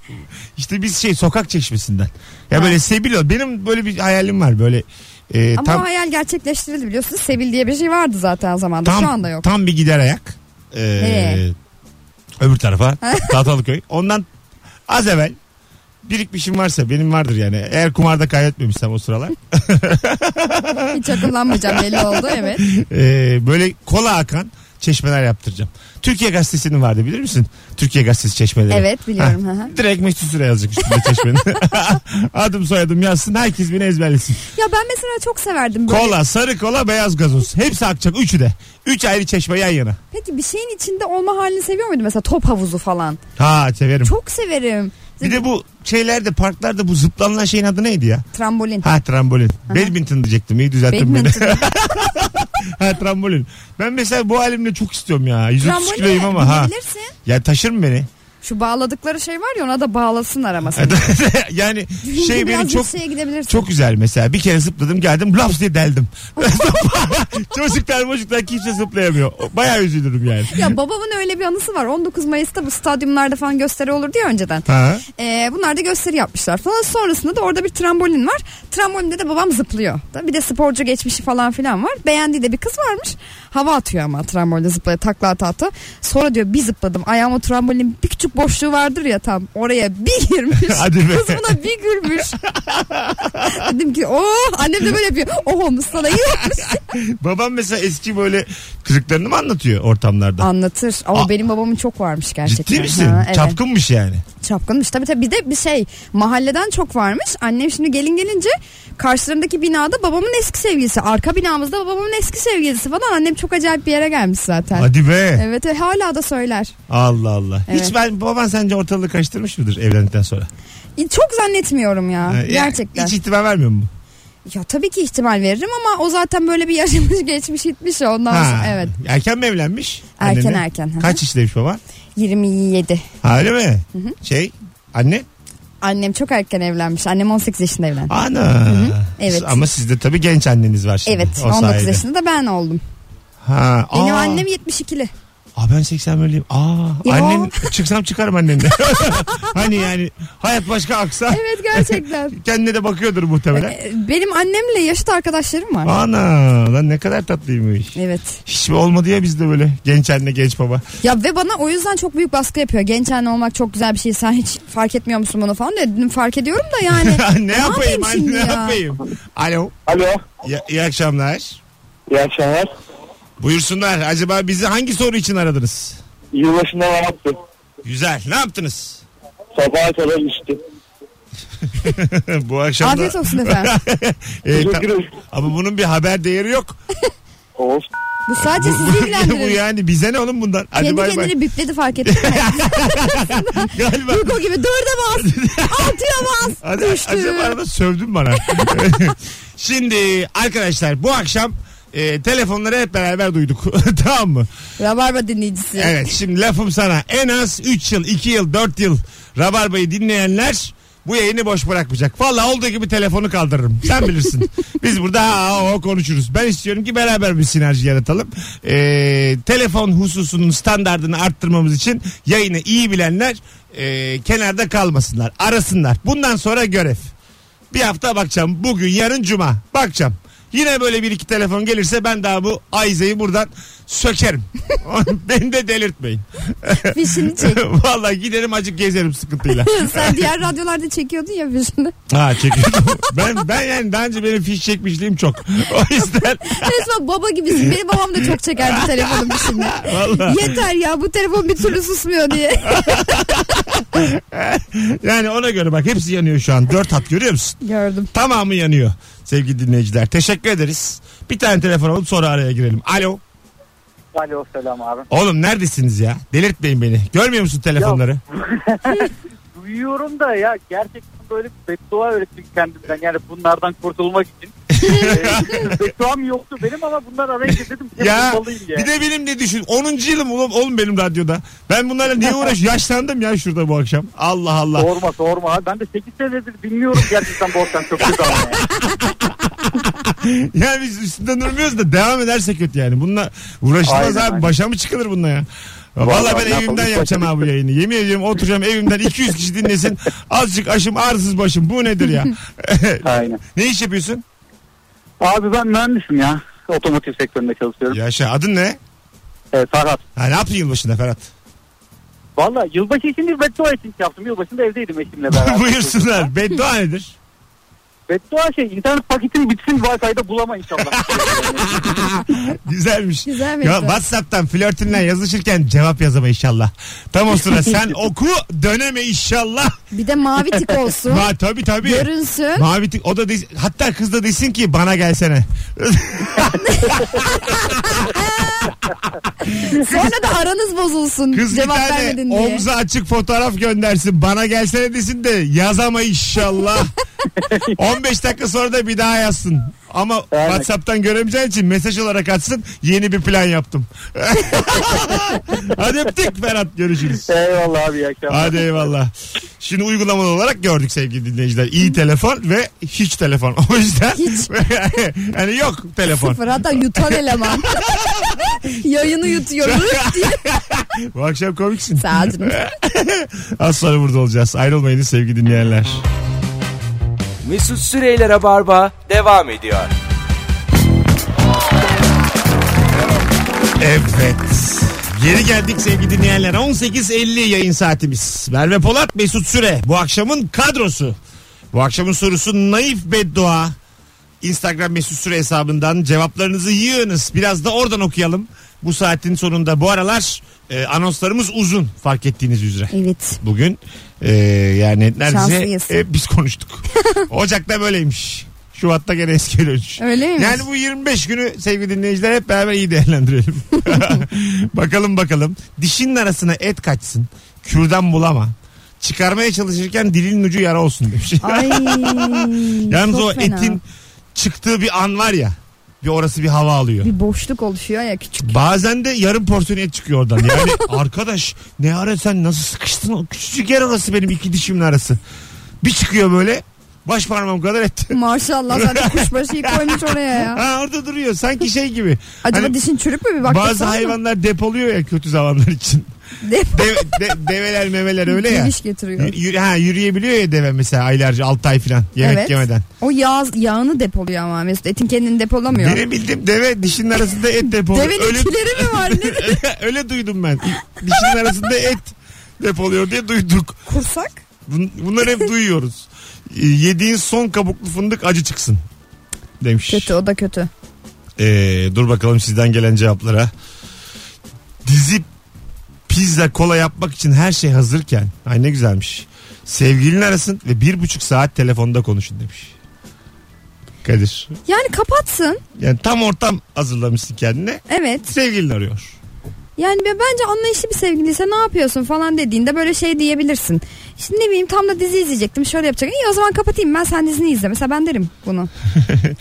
işte biz şey sokak çeşmesinden. Ya böyle Sebilo benim böyle bir hayalim var böyle e, Ama tam o hayal gerçekleştirildi biliyorsunuz. Sevil diye bir şey vardı zaten zamanda. tam Şu anda yok. tam bir gider ayak. Ee, Nereye? öbür [laughs] tarafa Tahtalıköy. Ondan az evvel birikmişim varsa benim vardır yani. Eğer kumarda kaybetmemişsem o [laughs] sıralar. Hiç akıllanmayacağım belli oldu [laughs] evet. Ee, böyle kola akan çeşmeler yaptıracağım. Türkiye Gazetesi'nin vardı bilir misin? Türkiye Gazetesi çeşmeleri. Evet, biliyorum, Ha, hı hı. direkt Mesut Süre yazacak üstünde [laughs] çeşmenin. [laughs] Adım soyadım yazsın herkes beni ezberlesin. Ya ben mesela çok severdim böyle. Kola, sarı kola, beyaz gazoz. Hepsi akacak üçü de. Üç ayrı çeşme yan yana. Peki bir şeyin içinde olma halini seviyor muydun mesela top havuzu falan? Ha severim. Çok severim. Bir de bu şeylerde parklarda bu zıplanılan şeyin adı neydi ya? Trambolin. Ha trambolin. Badminton diyecektim iyi düzelttin beni. Badminton. [laughs] ha trambolin. Ben mesela bu halimle çok istiyorum ya. 130 kiloyum ama ha. Trambolin'e binebilirsin. Ya taşır mı beni? Şu bağladıkları şey var ya ona da bağlasın aramasını. [laughs] yani Çünkü şey biraz beni çok yükseğe gidebilirsin. çok güzel mesela. Bir kere zıpladım geldim laps diye deldim. [laughs] [laughs] çocuklar çocuklar kimse zıplayamıyor. Bayağı üzülürüm yani. Ya babamın öyle bir anısı var. 19 Mayıs'ta bu stadyumlarda falan gösteri olur diye önceden. Ha. Ee, bunlar da gösteri yapmışlar falan. Sonrasında da orada bir trambolin var. Trambolinde de babam zıplıyor. Da Bir de sporcu geçmişi falan filan var. Beğendiği de bir kız varmış. Hava atıyor ama trambolinde zıplaya takla ata ata. Sonra diyor bir zıpladım. Ayağıma trambolinin bir küçük boşluğu vardır ya tam. Oraya bir girmiş. [laughs] Hadi be. Kız buna bir [laughs] gülmüş. Dedim ki oh annem de böyle yapıyor. Oh olmuş sana iyi olmuş. [laughs] Babam mesela eski böyle kırıklarını mı anlatıyor ortamlarda? Anlatır. Ama Aa. benim babamın çok varmış gerçekten. Ciddi misin? Ha, evet. Çapkınmış yani. Çapkınmış tabii tabii. Bir de bir şey mahalleden çok varmış. Annem şimdi gelin gelince karşılarındaki binada babamın eski sevgilisi. Arka binamızda babamın eski sevgilisi falan. Annem çok acayip bir yere gelmiş zaten. Hadi be. Evet e, hala da söyler. Allah Allah. Evet. Hiç ben baban sence ortalığı karıştırmış mıdır evlendikten sonra? E, Çok zannetmiyorum ya Ha, E, ya, gerçekten. Hiç ihtimal vermiyor mu? Ya tabii ki ihtimal veririm ama o zaten böyle bir yaşamış [laughs] geçmiş gitmiş ya ondan sonra. Ha. Evet Erken mi evlenmiş? Erken, erken, hı Kaç işlemiş baban? 27. Ha, öyle mi? Şey anne? Annem çok erken evlenmiş. Annem 18 yaşında evlendi. Ana. Evet. Ama sizde tabii genç anneniz var şimdi. Evet o 19 sayede. yaşında da ben oldum. Ha, Benim aa. annem 72'li. Aa ben 80 böyleyim. Aa Ya. annen çıksam çıkarım annenle. [laughs] hani yani hayat başka aksa Evet gerçekten. [laughs] kendine de bakıyordur muhtemelen. E, Benim annemle yaşıt arkadaşlarım var. Ana lan ne kadar tatlıymış. Evet. Hiç mi olmadı ya bizde böyle genç anne genç baba. Ya ve bana o yüzden çok büyük baskı yapıyor. Genç anne olmak çok güzel bir şey. Sen hiç fark etmiyor musun bunu falan diyor. Dedim fark ediyorum [laughs] da yani. ne yapayım anne şimdi ne ya? yapayım. Alo Alo ya, iyi akşamlar. iyi akşamlar. Buyursunlar acaba bizi hangi soru için aradınız? Yılbaşında ne yaptın? Güzel ne yaptınız? [laughs] Sabaha kadar içtim. Bu akşam da. Afiyet [laughs] olsun efendim. Ee, ka- Teşekkür ederim. ama bunun bir haber değeri yok. Of. Bu sadece Bu- [laughs] sizi bu ilgilendirir. yani bize ne oğlum bundan? Hadi Kendi bay bay. kendini bipledi fark ettin mi? [laughs] Galiba. Hugo gibi dörde [laughs] bas, altıya bas. Hadi, Düştü. acaba arada sövdün bana. [laughs] Şimdi arkadaşlar bu akşam e, telefonları hep beraber duyduk. [laughs] tamam mı? Rabarba dinleyicisi. Evet şimdi lafım sana en az 3 yıl 2 yıl 4 yıl Rabarba'yı dinleyenler bu yayını boş bırakmayacak. Valla olduğu gibi telefonu kaldırırım. Sen [laughs] bilirsin. Biz burada ha o konuşuruz. Ben istiyorum ki beraber bir sinerji yaratalım. Ee, telefon hususunun standartını arttırmamız için yayını iyi bilenler e, kenarda kalmasınlar. Arasınlar. Bundan sonra görev. Bir hafta bakacağım. Bugün yarın cuma. Bakacağım. Yine böyle bir iki telefon gelirse ben daha bu Ayza'yı buradan sökerim. [laughs] Beni de delirtmeyin. [laughs] Fişini çek. Vallahi giderim acık gezerim sıkıntıyla. Sen diğer radyolarda çekiyordun [laughs] ya fişini. ha çekiyordum. [laughs] ben, ben yani daha önce benim fiş çekmişliğim çok. O yüzden Resmen baba gibisin. Benim babam da çok [laughs] çekerdi telefonun fişini. Vallahi. Yeter ya bu telefon bir türlü [laughs] susmuyor diye. yani ona göre bak hepsi yanıyor şu an. Dört hat görüyor musun? Gördüm. Tamamı yanıyor sevgili dinleyiciler. Teşekkür ederiz. Bir tane telefon alıp sonra araya girelim. Alo. Alo selam abi. Oğlum neredesiniz ya? Delirtmeyin beni. Görmüyor musun telefonları? Duyuyorum da ya gerçekten böyle bir beddua öğrettim kendimden. Yani bunlardan kurtulmak için. Ee, Bedduam yoktu benim ama bunlar araya dedim. Ya kurtulayım diye. bir de benim de düşün 10. yılım oğlum, oğlum benim radyoda. Ben [laughs] bunlarla niye uğraş yaşlandım ya şurada bu akşam. Allah Allah. Sorma sorma abi. Ben de 8 senedir bilmiyorum gerçekten borçtan çok kötü ama. yani. Yani biz üstünden durmuyoruz da devam ederse kötü yani. Bununla uğraşılmaz Aynen, abi. aynen. Başa mı çıkılır bununla ya? Vallahi Vallahi ne ben yapalım, evimden biz yapacağım başa abi bu yayını. Yemin ediyorum oturacağım evimden 200 kişi dinlesin. Azıcık aşım ağrısız başım. Bu nedir ya? [laughs] Aynen. ne iş yapıyorsun? Abi ben mühendisim ya. Otomotiv sektöründe çalışıyorum. Yaşa adın ne? Ee, Ferhat. Ha, ne yaptın yılbaşında Ferhat? Valla yılbaşı için bir beddua için şey yaptım. Yılbaşında evdeydim eşimle [laughs] beraber. Buyursunlar. Beddua nedir? Beddua şey internet paketin bitsin Wi-Fi'de bulama [laughs] inşallah. Güzelmiş. Güzel Ya mevzu. WhatsApp'tan flörtünden yazışırken cevap yazama inşallah. Tam o sıra [laughs] sen oku döneme inşallah. Bir de mavi tik olsun. Ma tabii tabii. Görünsün. Mavi tik- o da de- hatta kız da desin ki bana gelsene. Sonra da aranız bozulsun. Kız cevap bir vermedin tane diye. omza açık fotoğraf göndersin. Bana gelsene desin de yazama inşallah. [laughs] 15 dakika sonra da bir daha yazsın. Ama WhatsApp'tan göremeyeceğin için mesaj olarak atsın. Yeni bir plan yaptım. Hadi öptük Ferhat görüşürüz. Eyvallah abi iyi akşamlar. Hadi eyvallah. Şimdi uygulamalı olarak gördük sevgili dinleyiciler. İyi telefon ve hiç telefon. [laughs] O yüzden Hiç. yani yok telefon. Sıfır hatta [laughs] yutan eleman. Yayını yutuyoruz diye. Bu akşam komiksin. Sağ ol canım. Az sonra burada olacağız. Ayrılmayın sevgili dinleyenler. Mesut Süreyler'e barba devam ediyor. Evet. Geri geldik sevgili dinleyenler. 18.50 yayın saatimiz. Merve Polat, Mesut Süre. Bu akşamın kadrosu. Bu akşamın sorusu naif beddua. Instagram Mesut Süre hesabından cevaplarınızı yığınız. Biraz da oradan okuyalım. Bu saatin sonunda bu aralar e, anonslarımız uzun fark ettiğiniz üzere. Evet. Bugün e, yani neredeyse Şanslıyız. e, biz konuştuk. Ocak'ta böyleymiş. Şubat'ta gene eski dönüş. Öyle miymiş? Yani bu 25 günü sevgili dinleyiciler hep beraber iyi değerlendirelim. [laughs] bakalım bakalım. Dişinin arasına et kaçsın. Kürdan bulama. Çıkarmaya çalışırken dilinin ucu yara olsun demiş. Ay. [laughs] Yalnız çok o fena. etin çıktığı bir an var ya. Bir orası bir hava alıyor. bir boşluk oluşuyor ya küçük. Bazen de yarım porsiyon et çıkıyor oradan. [laughs] Yani arkadaş ne ara sen nasıl sıkıştın? O küçücük yer orası benim iki dişimin arası. Bir çıkıyor böyle baş parmağım kadar et. Maşallah sen de kuşbaşıyı koymuş oraya ya. Ha orada duruyor sanki şey gibi. Acaba Hani dişin çürük mü bir baktık bazı [laughs] hayvanlar depoluyor ya kötü zamanlar için. Deve- de- develer memeler öyle ya. Geniş getiriyor. Yürü- ha, yürüyebiliyor ya deve mesela aylarca 6 ay falan yemek evet. yemeden. O yağ, yağını depoluyor ama Mesut. Etin kendini depolamıyor. Benim bildiğim deve dişinin arasında et depoluyor. Devenin Öyle- [laughs] tüyleri mi var? Ne? Öyle duydum ben. Dişinin arasında et depoluyor diye duyduk. Kursak? Bun- Bunları hep duyuyoruz. E, Yediğin son kabuklu fındık acı çıksın demiş. Kötü o da kötü. E, dur bakalım sizden gelen cevaplara. Dizi pizza kola yapmak için her şey hazırken. Ay ne güzelmiş. Sevgilini arasın ve bir buçuk saat telefonda konuşun demiş. Kadir. Yani kapatsın. Yani tam ortam hazırlamışsın kendine. Evet. Sevgilini arıyor. Yani ben- bence anlayışlı bir sevgiliyse ne yapıyorsun falan dediğinde böyle şey diyebilirsin. Şimdi ne bileyim tam da dizi izleyecektim şöyle yapacak. İyi o zaman kapatayım ben sen dizini izle. Mesela ben derim [laughs] bunu.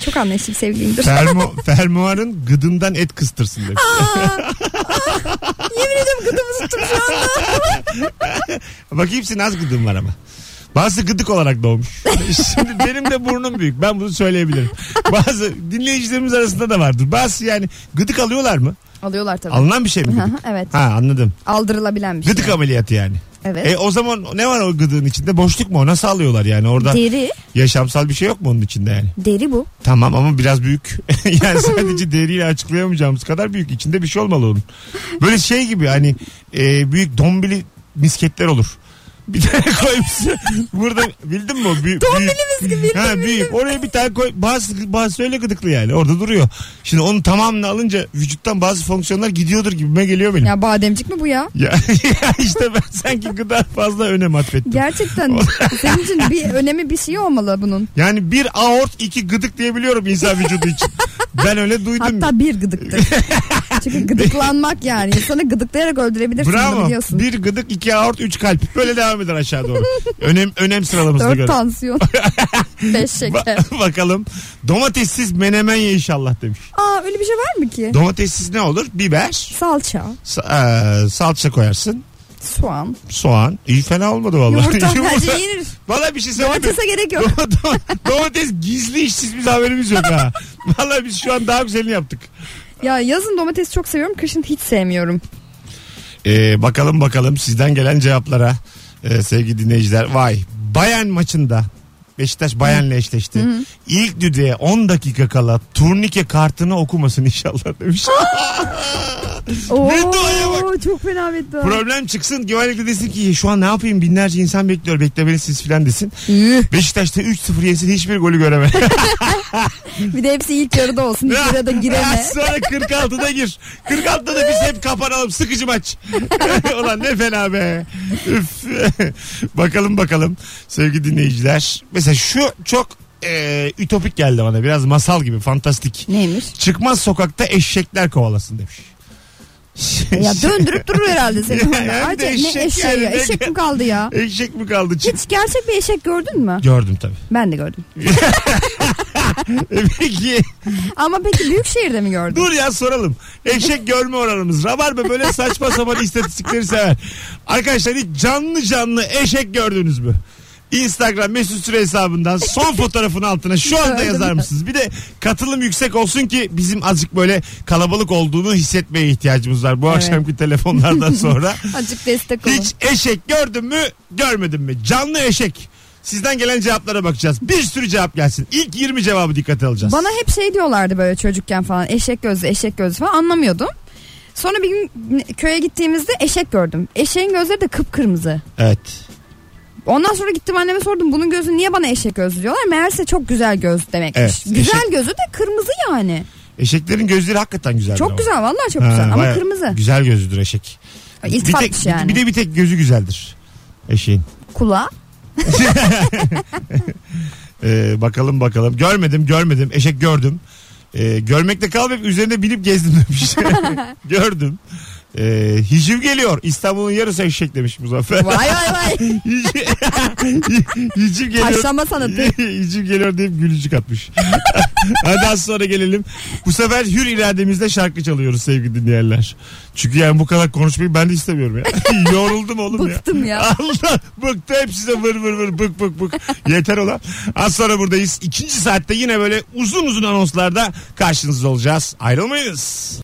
Çok anlayışlı bir sevgilimdir. Fermo, fermuarın gıdından et kıstırsın demiş. Yemin ediyorum gıdımı tuttum şu anda. Bakayım senin az gıdın var ama. Bazı gıdık olarak doğmuş. Şimdi benim de burnum büyük. Ben bunu söyleyebilirim. Bazı dinleyicilerimiz arasında da vardır. Bazı yani gıdık alıyorlar mı? Alıyorlar tabii. Alınan bir şey mi? Hı hı, [laughs] gıdık? evet. Ha anladım. Aldırılabilen bir şey. Gıdık ameliyatı yani. Evet. E o zaman ne var o gıdığın içinde? Boşluk mu? o? Nasıl alıyorlar yani? Orada Deri. yaşamsal bir şey yok mu onun içinde yani? Deri bu. Tamam ama biraz büyük. [laughs] [laughs] yani sadece deriyle açıklayamayacağımız kadar büyük. İçinde bir şey olmalı onun. Böyle şey gibi hani e, büyük dombili misketler olur. Bir [laughs] tane koymuşsun. Burada bildin mi o? Büyük, Dombili büyük- misket, bildim, Ha, büyük. bildim. Oraya bir tane koy. Bazı, bazı öyle gıdıklı yani. Orada duruyor. Şimdi onun tamamını alınca vücuttan bazı fonksiyonlar gidiyordur gibime geliyor benim. Ya, Ya bademcik mi bu ya? ya [laughs] işte ben sanki gıda fazla önem atfettim. [laughs] Gerçekten senin için bir önemi bir şey olmalı bunun. Yani bir aort iki gıdık diyebiliyorum insan vücudu için. ben öyle duydum. Hatta [laughs] bir gıdıktır. Çünkü gıdıklanmak yani. İnsanı gıdıklayarak öldürebilirsin bunu Bravo. biliyorsun. Bir gıdık, iki aort, üç kalp. Böyle devam eder aşağı doğru. önem önem sıralamasına Dört göre. [laughs] tansiyon. Beş şeker. Ba- [laughs] bakalım. Domatessiz menemen ye inşallah demiş. Aa öyle bir şey var mı ki? Domatessiz ne olur? Biber, Salça, sa- eee, salça koyarsın, soğan, soğan. İyi fena olmadı vallahi. yumurta. Bence [laughs] Yumurta- yenir. Vallahi bir şey söyleyeyim mi? Domatese gerek yok. [laughs] Dom- Domates gizli işsiz biz haberimiz yok [laughs] ha. Vallahi biz şu an daha güzelini yaptık. Ya yazın domatesi çok seviyorum, kışın hiç sevmiyorum. Ee, bakalım bakalım sizden gelen cevaplara Ee, sevgili dinleyiciler. Vay Bayern maçında Beşiktaş Bayern'le eşleşti. İlk düdüğe 10 dakika kala turnike kartını okumasın inşallah demiş. Oo, Bedduaya bak. çok fena beddua. Problem çıksın güvenlikle desin ki şu an ne yapayım binlerce insan bekliyor beklemelisiniz filan desin. Üh, Beşiktaş'ta 3-0 yesin hiçbir golü göremez. bir de hepsi ilk yarıda olsun. [laughs] İlk yarıda gireme. Sonra 46'da gir. 46'da da biz hep kapanalım. Sıkıcı maç. [laughs] Ulan ne fena be. Üf. bakalım bakalım sevgili dinleyiciler. Mesela şu çok e, ütopik geldi bana. Biraz masal gibi fantastik. Neymiş? Çıkmaz sokakta eşekler kovalasın demiş. [laughs] Ya döndürüp durur herhalde seni. Ya orada. hem de Ayrıca eşek ne eşeği yani, ya? ne- Eşek mi kaldı ya? Eşek mi kaldı? Çık. Hiç gerçek bir eşek gördün mü? Gördüm [laughs] tabii. Ben de gördüm. E peki Ama peki büyük şehirde mi gördün? dur ya soralım. Eşek görme oranımız. Rabarba böyle saçma sapan istatistikleri sever. Arkadaşlar hiç canlı canlı eşek gördünüz mü? Instagram mesut süre hesabından son fotoğrafın altına şu anda Gördüm. yazar mısınız? Bir de katılım yüksek olsun ki bizim azıcık böyle kalabalık olduğunu hissetmeye ihtiyacımız var. Bu Evet. akşamki telefonlardan [laughs] sonra. Azıcık destek olun. Hiç eşek gördün mü görmedin mi? Canlı eşek. Sizden gelen cevaplara bakacağız. Bir sürü cevap gelsin. İlk 20 cevabı dikkate alacağız. Bana hep şey diyorlardı böyle çocukken falan eşek gözlü eşek gözlü falan anlamıyordum. Sonra bir gün köye gittiğimizde eşek gördüm. Eşeğin gözleri de kıpkırmızı. Evet. Ondan sonra gittim anneme sordum bunun gözü niye bana eşek gözlü diyorlar. Meğerse çok güzel göz demekmiş. Evet, güzel eşek- gözü de kırmızı yani. Eşeklerin gözleri hakikaten güzel. Çok ama. güzel vallahi çok Ha, güzel ama bayağı kırmızı. Güzel gözlüdür eşek. Ay, iltifatmış tek, yani. Bir de bir tek gözü güzeldir eşeğin. Kulağı. Ee, bakalım bakalım. Görmedim görmedim. Eşek gördüm. Ee, görmekle kalmayıp üzerinde binip gezdim [laughs] demiş. gördüm. Ee, hiciv geliyor. İstanbul'un yarısı eşek demiş Muzaffer. Vay vay vay. [laughs] Hiciv- Hiciv geliyor. Taşlama sanatı. [laughs] İçim geliyor deyip gülücük atmış. [laughs] Hadi az sonra gelelim. Bu sefer hür irademizle şarkı çalıyoruz sevgili dinleyenler. Çünkü yani bu kadar konuşmayı ben de istemiyorum ya. [laughs] Yoruldum oğlum ya. Bıktım ya. [laughs] Allah bıktı hep size vır vır vır bık bık bık. Yeter ola. Az sonra buradayız. İkinci saatte yine böyle uzun uzun anonslarda karşınızda olacağız. Ayrılmayınız.